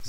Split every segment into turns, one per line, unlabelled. This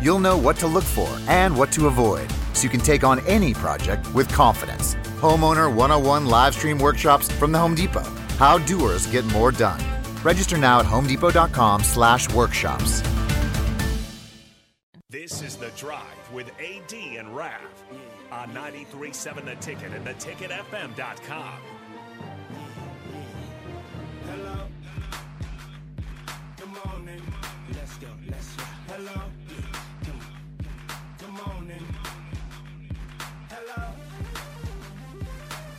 You'll know what to look for and what to avoid so you can take on any project with confidence. Homeowner 101 live stream workshops from the Home Depot. How doers get more done. Register now at homedepot.com slash workshops.
This is The Drive with AD and Rav on 93.7 The Ticket and theticketfm.com.
Hello. Come on in. Let's go. Let's go. Hello. Come on. Come on in. Hello.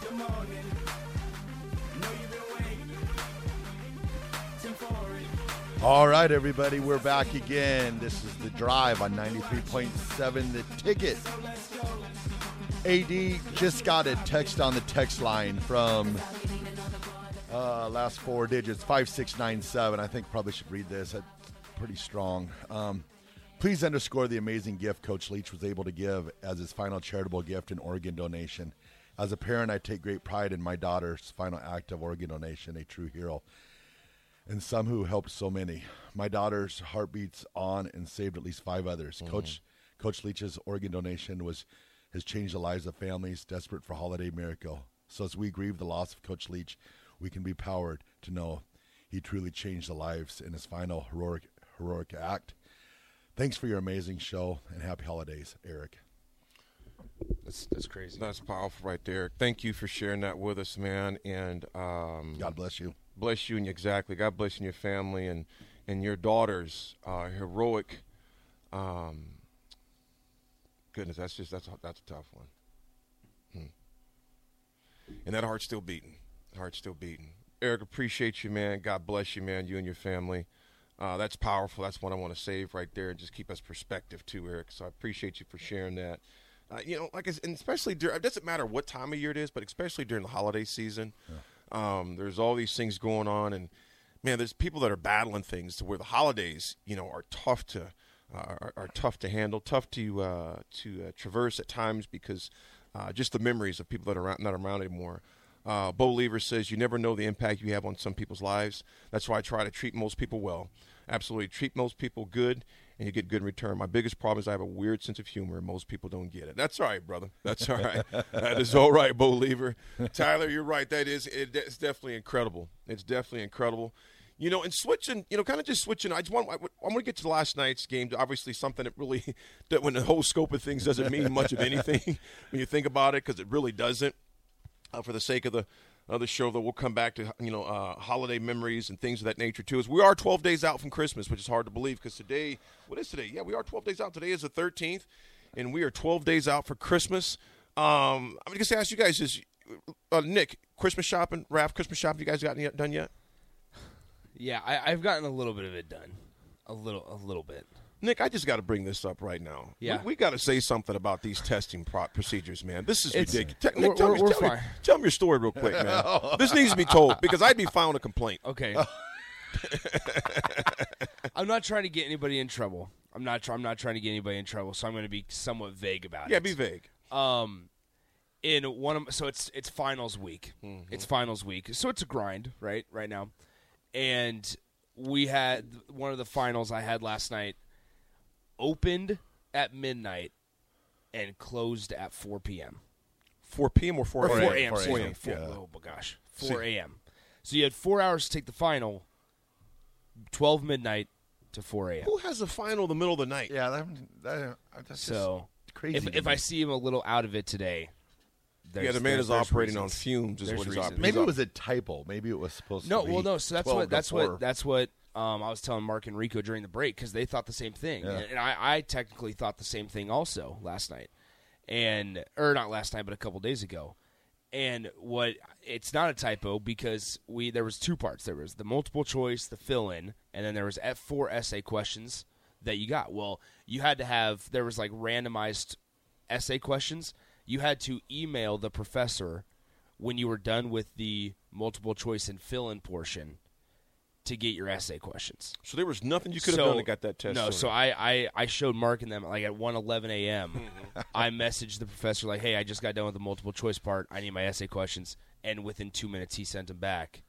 Come on in. Know you've been waiting. Time for it.
All right, everybody, we're back again. This is The Drive on 93.7 The Ticket. AD just got a text on the text line from uh, last four digits 5697. I think probably should read this. It's pretty strong. Um, please underscore the amazing gift Coach Leach was able to give as his final charitable gift and organ donation. As a parent, I take great pride in my daughter's final act of organ donation, a true hero and some who helped so many. My daughter's heartbeats on and saved at least five others.
Mm-hmm.
Coach Coach Leach's organ donation was has changed the lives of families desperate for holiday miracle. So as we grieve the loss of Coach Leach, we can be powered to know he truly changed the lives in his final heroic heroic act. Thanks for your amazing show and happy holidays, Eric.
That's that's crazy.
That's powerful right there. Thank you for sharing that with us, man. And um,
God bless you.
bless you and exactly. God bless you and your family and and your daughter's uh, heroic. Um, goodness, that's just that's a- that's a tough one. Hmm. And that heart's still beating. That Heart's still beating. Eric, appreciate you, man. God bless you, man. You and your family. Uh, that's powerful. That's what I want to save right there, and just keep us perspective too, Eric. So I appreciate you for sharing that. Uh, you know, like I said, and especially dur it doesn't matter what time of year it is, but especially during the holiday season, um, there's all these things going on, and man, there's people that are battling things to where the holidays, you know, are tough to uh, are, are tough to handle, tough to uh, to uh, traverse at times because uh, just the memories of people that are around, not around anymore. Uh, Bo Lever says, You never know the impact you have on some people's lives. That's why I try to treat most people well. Absolutely. Treat most people good, and you get good in return. My biggest problem is I have a weird sense of humor, and most people don't get it. That's all right, brother. That's all right. that is all right, Bo Lever. Tyler, you're right. That is, it, it's definitely incredible. It's definitely incredible. You know, and switching, you know, kind of just switching. I just want, I, am going to get to last night's game. Obviously, something that really, that when the whole scope of things doesn't mean much of anything when you think about it, because it really doesn't uh, for the sake of the of the show that we'll come back to you know uh, holiday memories and things of that nature too is we are 12 days out from christmas which is hard to believe because today what is today yeah we are 12 days out today is the 13th and we are 12 days out for christmas um, i'm just gonna ask you guys is uh, nick christmas shopping Raph, christmas shopping you guys got any done yet
Yeah, I, I've gotten a little bit of it done, a little, a little bit.
nick i just got to bring this up right now
Yeah.
we, got to say something about these testing pro- procedures man this is
It's-
ridiculous Te-
we're-
Nick, tell,
we're-
me,
we're
tell, me,
fine.
tell me your story real quick man this needs to be told because i'd be filing a complaint
Okay. I'm not trying to get anybody in trouble. I'm not. Try- I'm not trying to get anybody in trouble. So I'm going to be somewhat vague about
yeah
it.
be vague
um in one of so it's it's finals week
Mm-hmm.
it's finals week so it's a grind right right now and we had one of the finals i had last night opened at midnight and closed at 4 p.m
4 p.m. or 4
or 4
a.m.
a.m. 4
a.m.,
a.m. Four-
yeah.
oh my gosh 4 a.m so you had four hours to take the final 12 midnight to 4 a.m
Who has a final in the middle of the night?
Yeah, that, that, that's
so
crazy
if,
to
if
me.
i see him a little out of it today
Yeah, the man
there's-
is
there's
operating on
reasons.
fumes. Is
There's
what he's
reasons.
operating.
Maybe
he's
it was a typo. Maybe it was supposed
No,
to be.
well, no. So that's
12
what
to
that's
four.
what that's what um, I was telling Mark and Rico during the break because they thought the same thing, and, and I, I technically thought the same thing also last night, and or not last night, but a couple days ago. And what it's not a typo because we there was two parts. There was the multiple choice, the fill in, and then there was F four essay questions that you got. Well, you had to have there was like randomized essay questions. You had to email the professor when you were done with the multiple choice and fill in portion to get your essay questions.
So there was nothing you could have
So-
done to get that test.
No,
sooner.
so I, I, I showed Mark and them like at one eleven a.m.
Mm-hmm.
I messaged the professor like, "Hey, I just got done with the multiple choice part. I need my essay questions." And within two minutes, he sent them back,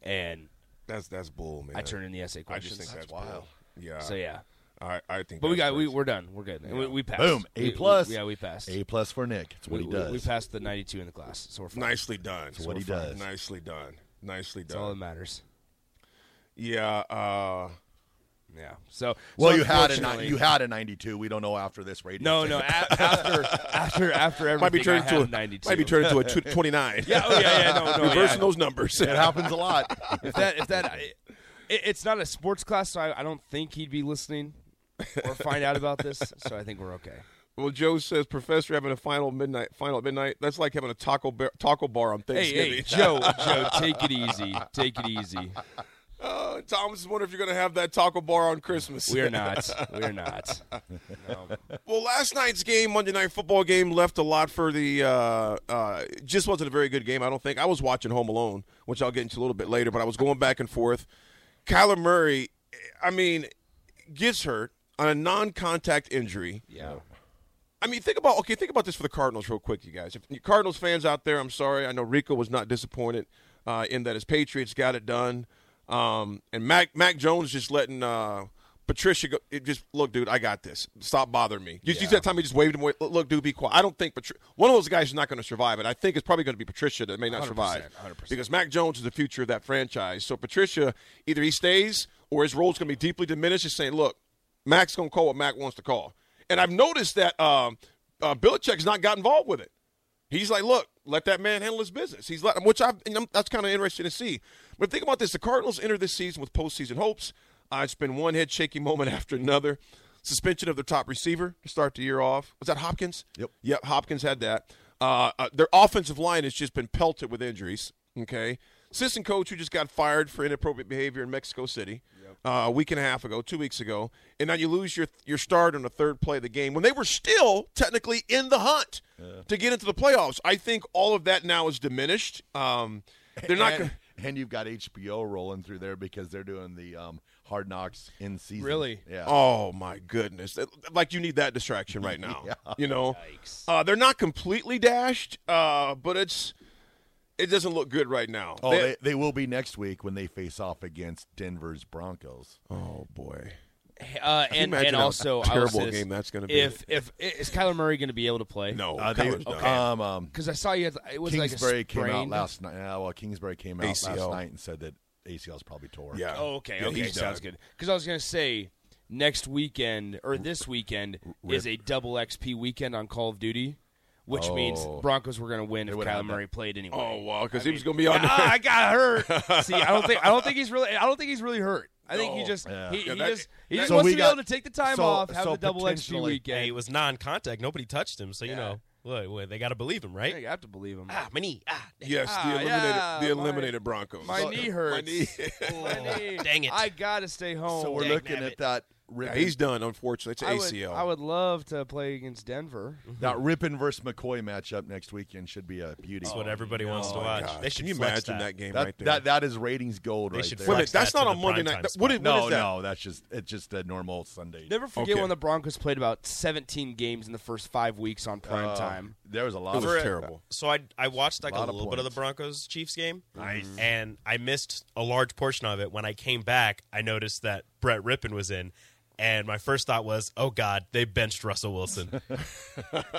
and
that's that's bull, man.
I turned in the essay
I
questions.
just think that's,
wild.
bull. Yeah.
so yeah,
I I think.
but we
that's
got we,
crazy.
we're done. We're good. We, we passed.
Boom.
We-
A
we-
plus.
yeah, we passed.
A plus for Nick. That's what
we,
he
we-
does.
we passed the ninety-two in the class, so we're fine.
nicely done.
what
we're
he
fine.
does.
Nicely done. Nicely
That's all that
done.
matters.
Yeah. Uh,
Yeah. So
well,
so
you had a
unfortunately-
ni- you had a 92. We don't know after this radio.
no
thing.
no a- after after after everything
might be
I
turned
had
to
a
a
ninety-two.
Might be turned to a tw- twenty nine.
Yeah, oh, yeah, yeah, no, no, yeah.
Reversing those numbers.
It happens a lot.
if that if that I, it, it's not a sports class, so I, I don't think he'd be listening or find out about this. So I think we're okay.
Well, Joe says Professor having a final midnight final at midnight. That's like having a taco bar, taco bar on
Hey,
Thanksgiving.
hey, Joe, Joe, take it easy, take it easy.
Uh, Thomas is wondering if you're going to have that taco bar on Christmas.
We are not, we are not.
Well, last night's game, Monday night football game, left a lot for the. Uh, uh, it just wasn't a very good game, I don't think. I was watching Home Alone, which I'll get into a little bit later, but I was going back and forth. Kyler Murray, I mean, gets hurt on a non-contact injury.
Yeah,
I mean, think about okay. Think about this for the Cardinals, real quick, you guys. If you Cardinals fans out there, I'm sorry. I know Rico was not disappointed uh, in that his Patriots got it done, um, and Mac Mac Jones just letting uh, Patricia go. It just look, dude, I got this. Stop bothering me. You, you see that time he just waved him away. Look, look, dude, be quiet. I don't think Patri- one of those guys is not going to survive, and I think it's probably going to be Patricia that may not survive
100%.
because Mac Jones is the future of that franchise. So Patricia, either he stays or his role's going to be deeply diminished. Is saying, look, Mac's going to call what Mac wants to call. And I've noticed that um, uh, Belichick's not got involved with it. He's like, look, let that man handle his business. He's let, which I've, and I'm, that's kind of interesting to see. But think about this: the Cardinals enter this season with postseason hopes. Uh, it's been one head shaking moment after another. Suspension of their top receiver to start the year off. Was that Hopkins?
Yep.
Yep. Hopkins had that. Uh, uh, their offensive line has just been pelted with injuries. Okay. Assistant coach who just got fired for inappropriate behavior in Mexico City uh, a week and a half ago, two weeks ago, and now you lose your your start on the third play of the game when they were still technically in the hunt to get into the playoffs. I think all of that now is diminished. Um, they're not.
And,
gonna
and you've got HBO rolling through there because they're doing the um, hard knocks in season.
Really?
Yeah.
Oh my goodness! Like you need that distraction right now. You know, uh, they're not completely dashed, uh, but it's it doesn't look good right now.
Oh,
They-
they, they will be next week when they face off against Denver's Broncos.
oh boy.
uh, and
imagine
and
how
also I will
terrible
say this,
game that's gonna be?
If if is Kyler Murray going to be able to play?
No,
Uh, they,
Kyler's done.
um, um,
because I saw you. had- It was
Kingsbury
like a
came out
sprained-
last night. Yeah, well, Kingsbury came out last
ACL.
night and said that ACL's probably tore.
yeah.
Oh, okay.
Yeah,
okay,
he's
sounds
done.
good. Because I was gonna say next weekend or this weekend is a double XP weekend on Call of Duty, which means Broncos were gonna win if
would've
Kyler
had that.
Murray played anyway.
Oh wow, because he was going to be on. there.
Ah, I got hurt. See, I don't think I don't think he's really I don't think he's really hurt. I think he
No.
just
Yeah.
he, he
Yeah, that-
just he just
So
wants
we
to
got-
be able to take the time
so-
off, have
so
the double XP
potentially-
weekend.
Hey, it was non-contact. Nobody touched him, so you know, look, well, they got to believe him,
Yeah,
right?
you have to believe him.
Ah, my knee. Ah,
Yes,
Ah,
the eliminated,
yeah,
the
my-
eliminated Broncos.
My
So-
knee hurts.
knee-
oh,
Hey,
dang it.
I gotta stay home.
So we're
Dang
looking
nabbit.
at that
Yeah,
ripping,
he's done. Unfortunately, it's
I would,
ACL.
I would love to play against Denver.
that Rippin versus McCoy matchup next weekend should be a beauty.
That's what everybody wants to
Oh, my
watch.
God.
They should
Can you
flex
imagine that,
that
game
that,
right there?
that that is ratings gold
They
right
should
there.
Wait a
flex
minute, that's
that
not
to
on
the
Monday
primetime
night.
spot.
What is, what
no,
is that?
no, that's just it's just a normal Sunday.
Never forget
Okay.
when the Broncos played about 17 games in the first five weeks
Oh.
on prime time.
Uh, There was a lot of
It was terrible.
So I I watched like a,
Lot of
little bit of the
points.
Broncos Chiefs game. Nice. And I missed a large portion of it. When I came back, I noticed that Brett Rippon was in. And my first thought was, "Oh God, they benched Russell Wilson." and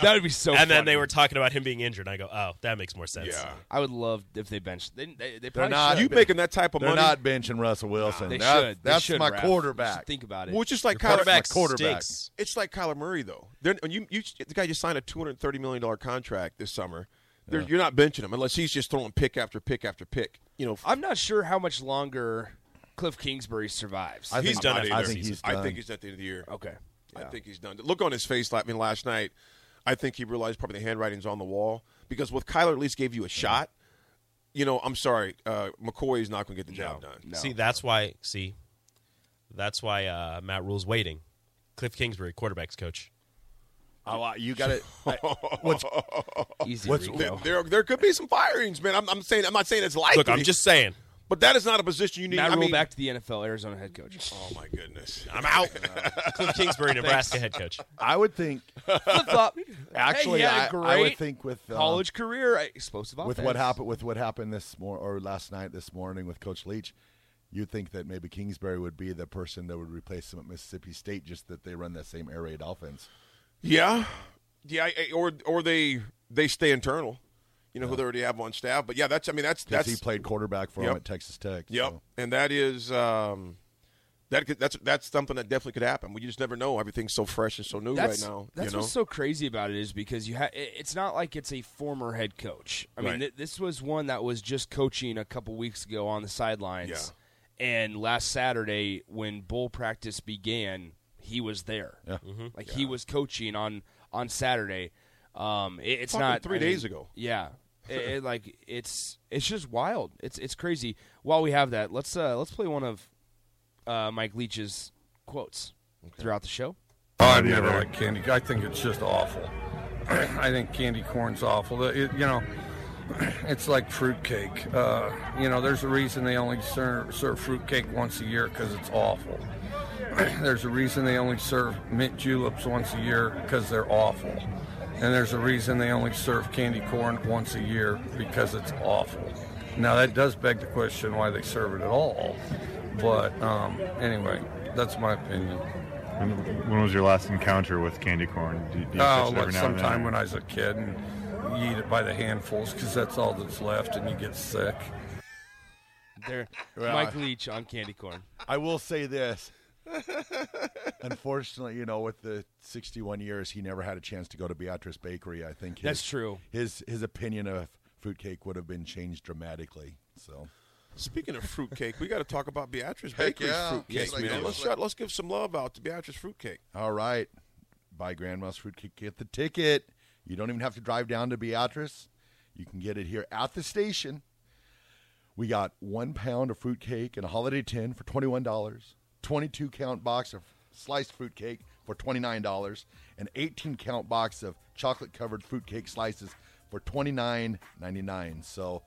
That would be so.
then
funny.
they were talking about him being injured. And I go, "Oh, that makes more sense."
Yeah.
I would love if they benched. They they, they
They're
probably
not.
You
Should.
They're
making that type of
They're
money?
not benching Russell Wilson.
They
That-
should. They
That's
should,
my
Raph. You
quarterback.
should think about it.
Well, it's just like
Your
Kyler.
Quarterback,
That's my quarterback.
stinks.
It's like Kyler Murray though. They're, when you, you the guy just signed a two hundred thirty million dollar contract this summer. They're- You're not benching him unless he's just throwing pick after pick after pick. You know,
I'm not sure how much longer Cliff Kingsbury survives.
I
He's
think-
done
I
after
think
this
he's
season.
I
done.
think he's at the end of the year.
okay.
I think he's done. The Look on his face. like, I mean, last night, I think he realized probably the handwriting's on the wall because with Kyler at least gave you a shot. You know, I'm sorry, uh, McCoy is not going to get the job done.
See, that's why. See, that's why uh, Matt Rule's waiting Cliff Kingsbury, quarterbacks coach.
Oh, uh, you got it. What's
Easy.
What's-
Rico.
There, there, there could be some firings, man. I'm, I'm saying, I'm not saying it's likely.
Look, I'm just saying.
but that is not a position you need.
Matt
I
Rule
mean,
back to the NFL Arizona head coach.
Oh my goodness, I'm out.
Cliff Kingsbury, Nebraska head coach.
I would think.
Flip flop.
Actually,
hey, he had a
I,
great
I would think with uh,
college career. I- Explosive offense.
with what happened with what happened this mor or last night this morning with Coach Leach, you'd think that maybe Kingsbury would be the person that would replace him at Mississippi State, just that they run that same air raid offense.
yeah, yeah, I- I- or or they they stay internal. You know who they already have on staff. But yeah, that's. I mean, that's
Because
that's.
he played quarterback for
Yep.
him at Texas Tech.
Yep,
so.
and that is um, that could, that's that's something that definitely could happen. We just never know. Everything's so fresh and so new
That's,
right now. you
that's
know?
what's so crazy about it is because you ha- it- it's not like it's a former head coach. I
Right.
mean, th- this was one that was just coaching a couple weeks ago on the sidelines, and last Saturday when bull practice began, he was there.
Yeah.
Like he was coaching on on Saturday. Um, it- it's
Fucking
not
three
I
days
mean,
ago.
Yeah, It- it, like it's it's just wild. It's it's crazy. While we have that, let's uh, let's play one of uh, Mike Leach's quotes throughout the show.
I've never liked candy. I think it's just awful. I think candy corn's awful. It- you know, it's like fruitcake. Uh, you know, there's a reason they only serve, serve fruitcake once a year because it's awful. there's a reason they only serve mint juleps once a year because they're awful. And there's a reason they only serve candy corn once a year because it's awful. Now, that does beg the question why they serve it at all. But um, anyway, that's my opinion.
When, when was your last encounter with candy corn? Do, do you
Oh,
catch it
like
every now and
sometime
then?
when I was a kid, and you eat it by the handfuls because that's all that's left, and you get sick.
There,
Well,
Mike
I-
Leach on candy corn.
I will say this. Unfortunately, you know, with the 61 years, he never had a chance to go to Beatrice Bakery. I think his,
That's true.
His his opinion of fruitcake would have been changed dramatically. So
Speaking of fruitcake, we got to talk about Beatrice Bakery's
yeah.
fruitcake,
Yes, we
man.
do.
Let's shout, let's give some love out to Beatrice fruitcake.
All right. Buy Grandma's Fruitcake. Get the ticket. You don't even have to drive down to Beatrice. You can get it here at the station. We got one pound of fruitcake in a holiday tin for $21, 22 count box of sliced fruitcake for $29, an 18 count box of chocolate covered fruitcake slices for $29.99. So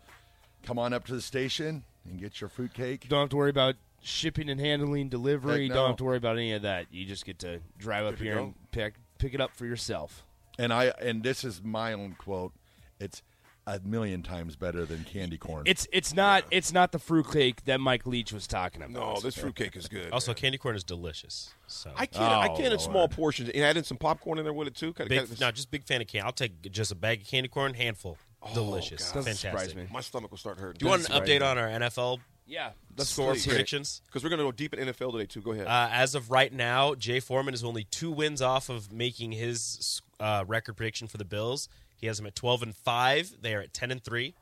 come on up to the station and get your fruitcake.
Don't have to worry about shipping and handling, delivery.
Heck no.
Don't have to worry about any of that. You just get to drive up
Good to
here
go.
and pick pick it up for yourself.
And I and this is my own quote. It's a million times better than candy corn.
It's it's not it's not the fruitcake that Mike Leach was talking about.
No, this fruitcake is good.
Also, candy corn is delicious. So
I can't. I
Oh,
can't in small
Lord.
portions. And add in some popcorn in there with it too. Gotta-
big,
gotta-
no, just big fan of candy. I'll take just a bag of candy corn, handful. delicious,
God.
Oh, Doesn't
fantastic.
surprise me.
my stomach will start hurting.
Do you want an update on our NFL
Yeah, let's
score
let's hear it.
predictions?
Because we're gonna go deep in NFL today too. Go ahead.
Uh, as of right now, Jay Foreman is only two wins off of making his uh, record prediction for the Bills. He has them at twelve and five. They are at ten and three.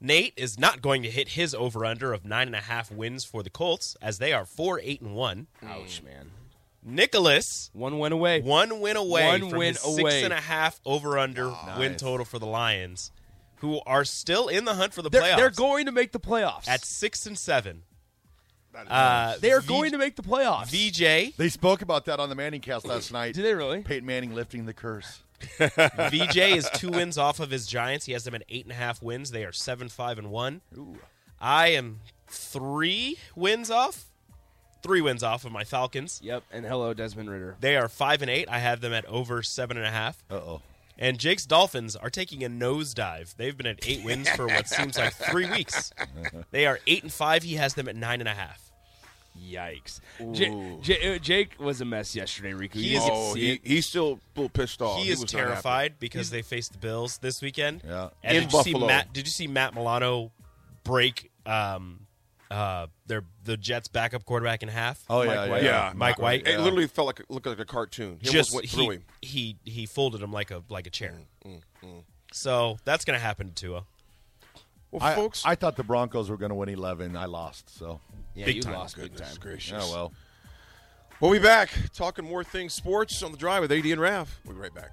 Nate is not going to hit his over under of nine and a half wins for the Colts, as they are four eight and one.
Ouch, man.
Nicholas
One went away.
one win away
One
from
win
his
away.
six and a half over under win total for the Lions, who are still in the hunt for the
They're,
playoffs
they're going to make the playoffs.
at six and seven. Uh,
they are
V-
going to make the playoffs.
VJ
they spoke about that on the Manning cast last night.
Did they really?
Peyton Manning lifting the curse.
VJ is two wins off of his Giants. He has them at eight and a half wins. They are seven, five, and one. I am three wins off, three wins off of my Falcons.
Yep. And hello, Desmond Ritter.
They are five and eight. I have them at over seven and a half.
Uh oh.
And Jake's Dolphins are taking a nosedive. They've been at eight wins for what seems like three weeks. They are eight and five. He has them at nine and a half.
Yikes. J- J- uh, Jake was a mess yesterday. Riku,
He
you
is-
didn't
oh,
see
he,
it.
he's still a little pissed off.
he is
Oh, was not happy.
terrified because they face the Bills this weekend.
Yeah.
And
In
did you see
Buffalo.
Matt? Did you see Matt Milano break um, uh, their the Jets' backup quarterback in half?
Oh yeah, yeah.
Yeah,
Mike White.
It literally felt like looked like a cartoon. He
just
almost went
he,
through him. Mm,
he he folded him like a like a chair. So that's gonna happen to Tua.
Well,
I,
folks,
I thought the Broncos were going to win 11. I lost, so
Yeah,
big
you
time.
lost big
Goodness
time.
gracious.
oh well.
We'll be back talking more things sports on the drive with AD and Rav. We'll be right back.